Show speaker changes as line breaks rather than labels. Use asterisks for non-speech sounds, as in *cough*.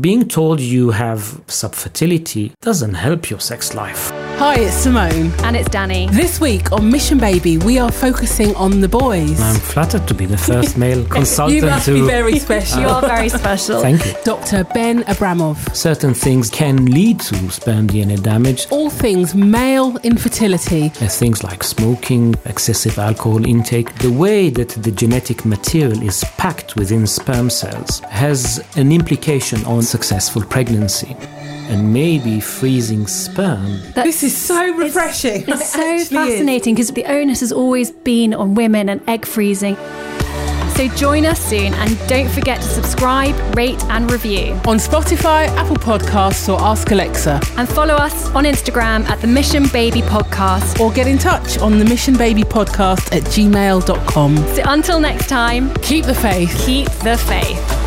Being told you have subfertility doesn't help your sex life.
Hi, it's Simone.
And it's Danny.
This week on Mission Baby, we are focusing on the boys.
I'm flattered to be the
*laughs*
first male consultant
you must
to.
be very
*laughs*
special.
You are very special.
Thank you.
Dr. Ben Abramov.
Certain things can lead to sperm DNA damage,
All things male infertility.
as things like smoking, excessive alcohol intake. The way that the genetic material is packed within sperm cells has an implication on successful pregnancy. And maybe freezing sperm
That's-
This is so refreshing. *laughs*
It's
It actually
so
is.
fascinating because the onus has always been on women and egg freezing. So join us soon and don't forget to subscribe, rate, and review.
On Spotify, Apple Podcasts, or Ask Alexa,
And follow us on Instagram at the Mission Baby Podcast.
or get in touch on the Mission Baby Podcast at gmail.com.
So until next time,
Keep the faith.
keep the faith.